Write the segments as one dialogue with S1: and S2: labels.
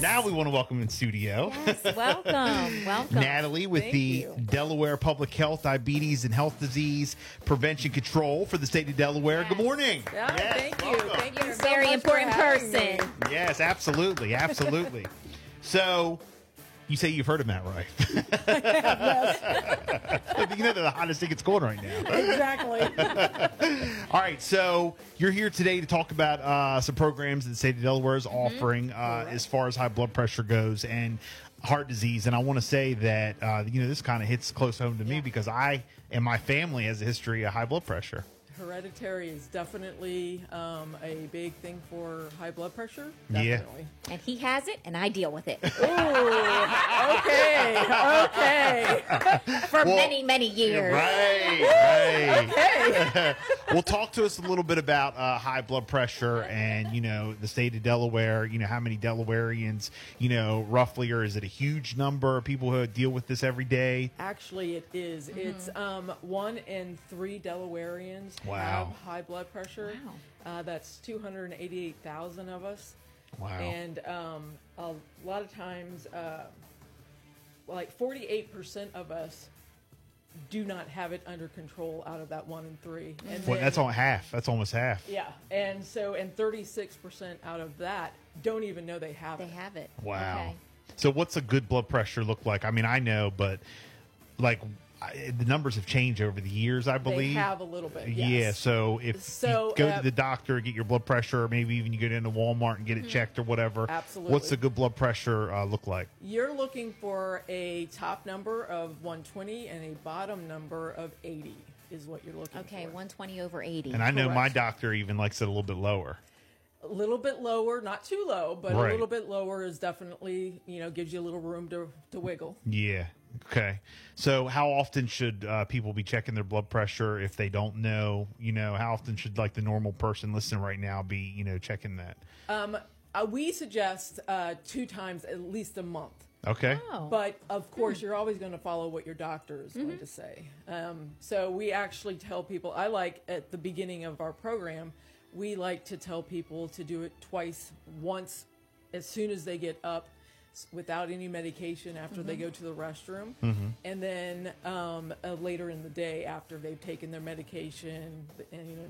S1: Now we want to welcome in studio
S2: Yes, welcome, welcome,
S1: Natalie with
S2: Thank
S1: the
S2: you.
S1: Delaware Public Health Diabetes and Health Disease Prevention Control for the state of Delaware. Good morning.
S2: Yeah,
S1: Yes,
S2: Oh, thank you,
S1: welcome.
S2: thank you.
S3: You're
S2: so
S3: very
S2: much
S3: important
S2: for having
S3: person.
S2: me.
S1: Yes, absolutely, absolutely. so, you say you've heard of Matt Rife? you know they're the hottest thing it's going right now.
S4: Exactly.
S1: All right, so you're here today to talk about uh, some programs that the state of Delaware is offering uh, as far as high blood pressure goes and heart disease. And I want to say that uh, you know this kind of hits close home to me because I and my family has a history of high blood pressure.
S4: Hereditary is definitely um, a big thing for high blood pressure.
S1: Yeah.
S4: Definitely.
S3: and he has it, and I deal with it for
S4: Okay. Okay.
S1: Well-
S3: many, many years.
S1: Right, right. well, talk to us a little bit about uh, high blood pressure and you know the state of Delaware. You know how many Delawareans, you know, roughly, or is it a huge number of people who deal with this every day?
S4: Actually, it is. It's um, one in three Delawareans
S1: Wow.
S4: have high blood pressure.
S3: Wow.
S4: Uh, that's 288,000 of us.
S1: Wow.
S4: And um, a lot of times, uh, like 48% of us do not have it under control out of that one in three. And
S1: Well,
S4: then-
S1: that's on half. That's almost half.
S4: Yeah, and so and thirty six percent out of that don't even know they have
S3: They
S4: it.
S3: have it.
S1: Wow.
S3: Okay.
S1: So what's a good blood pressure look like? I mean, I know, but like I, the numbers have changed over the years, I
S4: They
S1: believe.
S4: have a little bit.
S1: Yeah,
S4: Yes.
S1: so if
S4: So,
S1: you go
S4: uh,
S1: to the doctor, get your blood pressure, or maybe even you go into Walmart and get it checked or whatever.
S4: Mm-hmm. Absolutely.
S1: What's a good blood pressure uh, look like?
S4: You're looking for a top number of one twenty and a bottom number of eighty is what you're looking for.
S3: Okay, 120 over 80.
S1: And I know my
S4: Correct.
S1: doctor even likes it a little bit lower.
S4: A little bit lower, not too low, but
S1: Right.
S4: a little bit lower is definitely you know gives you a little room to to wiggle.
S1: Yeah. Okay. So how often should uh, people be checking their blood pressure if they don't know? You know, how often should like the normal person listening right now be, you know, checking that?
S4: Uh, we suggest uh, two times at least a month.
S1: Okay.
S3: Oh.
S4: But of course, you're always going to follow what your doctor is going to say. Um, so we actually tell people, I like at the beginning of our program, we like to tell people to do it twice, once as soon as they get up s- without any medication after they go to the restroom, and then um, uh, later in the day after they've taken their medication and you know,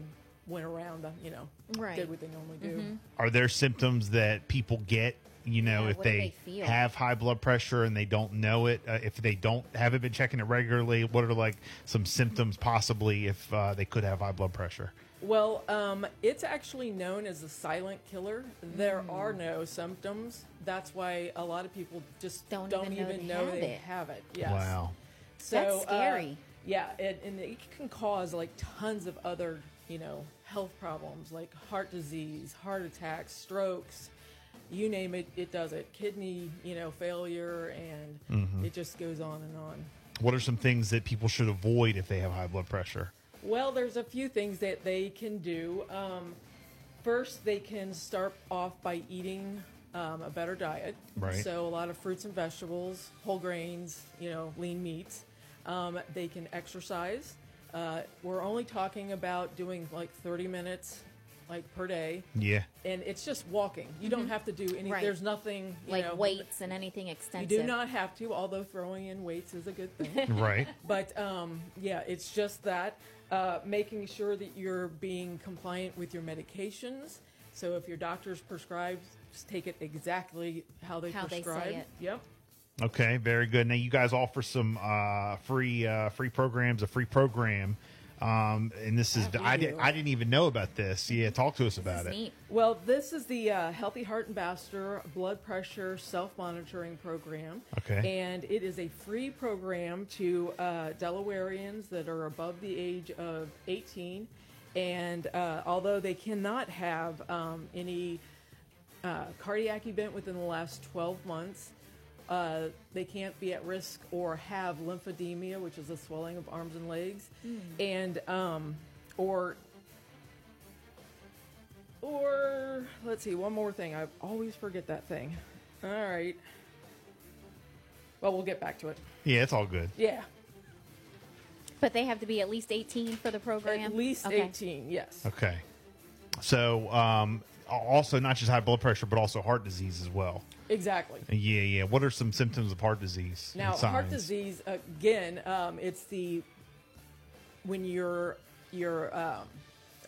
S4: went around, uh, you know,
S3: Right.
S4: did what they normally do.
S1: Are there symptoms that people get? You know,
S3: Yeah,
S1: if
S3: what do
S1: they,
S3: they feel?
S1: have high blood pressure and they don't know it, uh, if they don't haven't been checking it regularly, what are like some symptoms possibly if uh, they could have high blood pressure?
S4: Well, um, it's actually known as the silent killer. There
S3: Hmm.
S4: are no symptoms. That's why a lot of people just
S3: Don't
S4: don't,
S3: even know
S4: even
S3: they
S4: know,
S3: have
S4: they
S3: it.
S4: have it. Yes.
S1: Wow.
S4: So,
S3: That's
S4: uh,
S3: scary.
S4: yeah, it, and it can cause like tons of other, you know, health problems like heart disease, heart attacks, strokes. You name it, it does it. Kidney, you know, failure, and it just goes on and on.
S1: What are some things that people should avoid if they have high blood pressure?
S4: Well, there's a few things that they can do. Um, first, they can start off by eating um, a better diet.
S1: Right.
S4: So, a lot of fruits and vegetables, whole grains, you know, lean meats. Um, they can exercise. Uh, we're only talking about doing like 30 minutes, like per day,
S1: Yeah.
S4: and it's just walking. You don't have to do any.
S3: Mm-hmm. Right.
S4: There's nothing you
S3: like
S4: know,
S3: weights and anything
S4: You
S3: extensive.
S4: do not have to, although throwing in weights is a good thing.
S1: Right.
S4: But um, yeah, it's just that uh, making sure that you're being compliant with your medications. So if your doctor's prescribes, just take it exactly how they
S3: How they say
S4: prescribe.
S3: it.
S4: Yep.
S1: Okay, very good. Now you guys offer some uh, free uh, free programs, a free program, um, and this is I, did,
S4: you.
S1: I didn't even know about this. Yeah, talk to us
S3: This
S1: about
S3: is
S1: it.
S3: neat.
S4: Well, this is the uh, Healthy Heart Ambassador Blood Pressure Self Monitoring Program.
S1: Okay.
S4: And it is a free program to uh, Delawareans that are above the age of 18. And uh, although they cannot have um, any uh, cardiac event within the last 12 months, uh, they can't be at risk or have lymphedema, which is the swelling of arms and legs, and um, or or let's see, one more thing. I always forget that thing. All right. Well, we'll get back to it.
S1: Yeah, it's all good.
S4: Yeah,
S3: But they have to be at least 18 for the program?
S4: at least
S3: Okay.
S4: 18. Yes.
S1: Okay. So, um, also not just high blood pressure, but also heart disease as well.
S4: Exactly.
S1: Yeah, yeah. What are some symptoms of heart disease? and
S4: Now, heart
S1: signs?
S4: disease again. Um, it's the when your your um,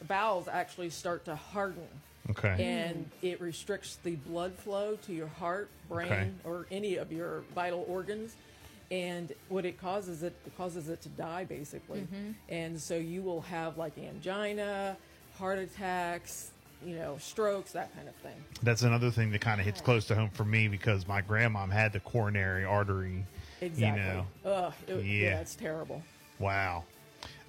S4: bowels actually start to harden,
S1: Okay.
S4: and it restricts the blood flow to your heart, brain,
S1: Okay.
S4: or any of your vital organs. And what it causes it, it causes it to die basically, and so you will have like angina, heart attacks, you know, strokes, that kind of thing.
S1: That's another thing that kind of hits close to home for me because my grandmom had the coronary artery.
S4: Exactly.
S1: You know,
S4: Ugh, it-
S1: Yeah.
S4: yeah, it's terrible.
S1: wow.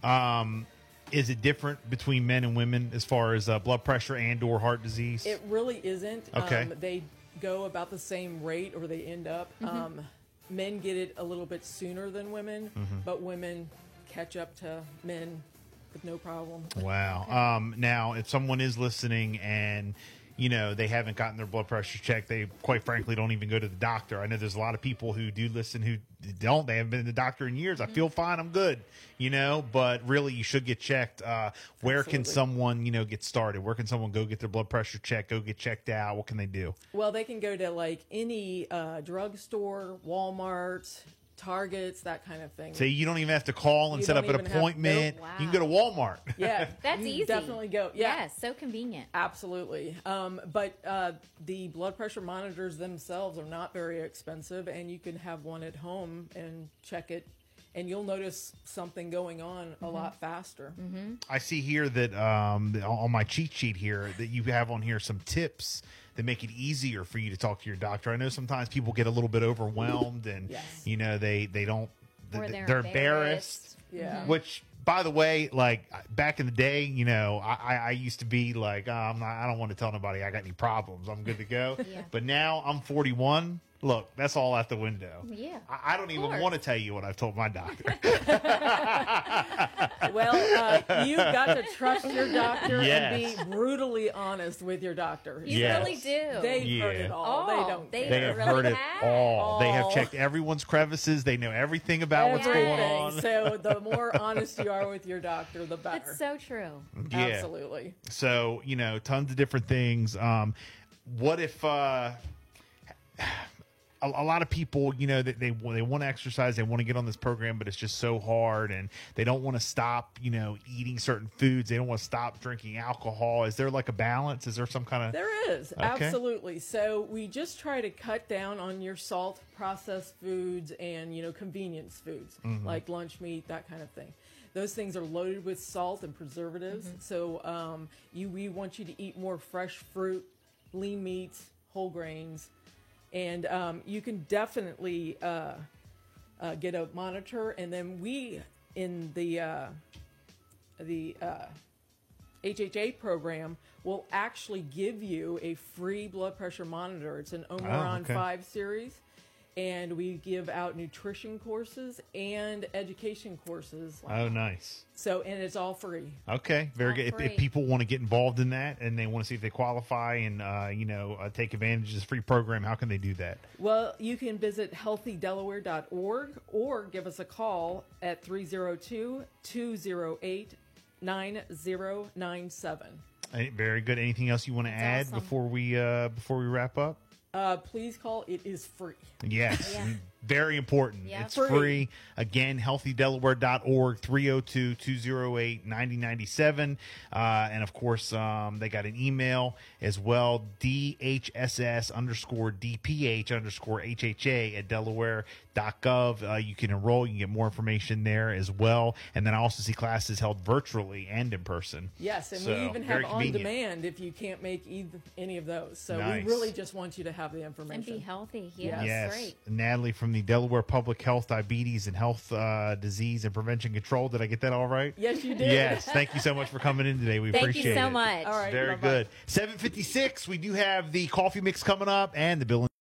S1: Um, is it different between men and women as far as uh, blood pressure and or heart disease?
S4: It really isn't.
S1: Okay.
S4: Um, they go about the same rate or they end up.
S3: Mm-hmm.
S4: Um, men get it a little bit sooner than women, but women catch up to men with no problem.
S1: Wow. Um, now, if someone is listening and you know they haven't gotten their blood pressure checked, they quite frankly don't even go to the doctor. I know there's a lot of people who do listen who don't. They haven't been to the doctor in years. I
S4: Mm-hmm.
S1: feel fine. I'm good. You know, but really, you should get checked. Uh, where can
S4: Absolutely.
S1: someone you know get started? Where can someone go get their blood pressure checked? Go get checked out. What can they do?
S4: Well, they can go to like any uh, drugstore, Walmart, Targets, that kind of thing.
S1: So you don't even have to call and
S4: You
S1: set up
S4: don't
S1: an
S4: even have-
S1: appointment.
S3: Nope.
S1: You can go to Walmart.
S4: yeah,
S3: That's
S4: you
S3: easy.
S4: Definitely go. Yeah,
S3: Yeah, so convenient.
S4: Absolutely. Um, but uh, the blood pressure monitors themselves are not very expensive, and you can have one at home and check it, and you'll notice something going on a
S3: Mm-hmm.
S4: lot faster.
S1: I see here that um, that on my cheat sheet here that you have on here some tips that make it easier for you to talk to your doctor. I know sometimes people get a little bit overwhelmed and
S4: Yes.
S1: you know they they don't
S3: Or
S1: they-
S3: they're
S1: they're embarrassed.
S3: embarrassed.
S4: Yeah.
S1: Which, by the way, like back in the day, you know, I, I, I used to be like, oh, I'm not, I don't want to tell nobody I got any problems. I'm good to go.
S3: Yeah.
S1: But now I'm 41. Look, that's all out the window.
S3: Yeah,
S1: I, I don't even
S3: course.
S1: want to tell you what I've told my doctor.
S3: Mm-hmm.
S4: Well, uh, you've got to trust your doctor
S1: Yes.
S4: and be brutally honest with your doctor.
S3: You
S1: Yes.
S3: really do.
S4: They've heard
S1: Yeah.
S4: it all. They
S3: All.
S4: don't.
S3: They-
S4: care.
S1: They have
S3: really
S1: heard it
S3: have. Oh.
S1: all. They have
S4: All.
S1: checked everyone's crevices. They know everything about what's going
S3: Everything.
S1: on.
S4: So the more honest you are with your doctor, the better.
S3: that's so true.
S1: Yeah.
S4: Absolutely.
S1: So, you know, tons of different things. Um, what if uh, a, a lot of people, you know, that they they want to exercise, they want to get on this program, but it's just so hard, and they don't want to stop, you know, eating certain foods. They don't want to stop drinking alcohol. Is there like a balance? Is there some kind of
S4: There is, absolutely. So we just try to cut down on your salt, processed foods, and you know convenience foods like lunch meat, that kind of thing. Those things are loaded with salt and preservatives. So um, you, we want you to eat more fresh fruit, lean meats, whole grains, and um, you can definitely uh, uh, get a monitor. And then we in the uh, the uh, HHA program will actually give you a free blood pressure monitor. It's an Omeron
S1: okay.
S4: 5 series. And we give out nutrition courses and education courses.
S1: oh, nice.
S4: So, and it's all free.
S1: Okay, very
S3: All
S1: good. If, if
S3: free.
S1: people want to get involved in that and they want to see if they qualify and uh, you know uh, take advantage of this free program, how can they do that?
S4: Well, you can visit healthydelaware.org or give us a call at 302 208 9097.
S1: Eh, Very good. Anything else you want to add
S3: awesome.
S1: before we uh, before we wrap up?
S4: Uh, please call, it is free.
S1: Yes.
S3: Yeah.
S1: Very important.
S3: Yeah.
S1: It's free.
S4: Free.
S1: Again, healthydelaware.org, 302 208 9097. Uh, And of course, um, they got an email as well DHSS underscore DPH underscore HHA at delaware.gov. Uh, you can enroll, you can get more information there as well. And then I also see classes held virtually and in person.
S4: Yes, and
S1: So,
S4: we even
S1: very
S4: have on
S1: convenient.
S4: demand if you can't make either, any of those. So
S1: Nice.
S4: we really just want you to have the
S3: And be
S4: information.
S3: healthy. Yeah,
S1: Yes,
S3: that's great.
S1: Natalie from the Delaware Public Health Diabetes and Health uh, Disease and Prevention Control. Did I get that all right?
S4: yes, you did.
S1: Yes, thank you so much for coming in today. We
S3: Thank
S1: appreciate
S3: you
S1: it.
S3: so much.
S4: All right.
S1: Very
S4: bye-bye.
S1: good. 756, we do have the coffee mix coming up and the Bill and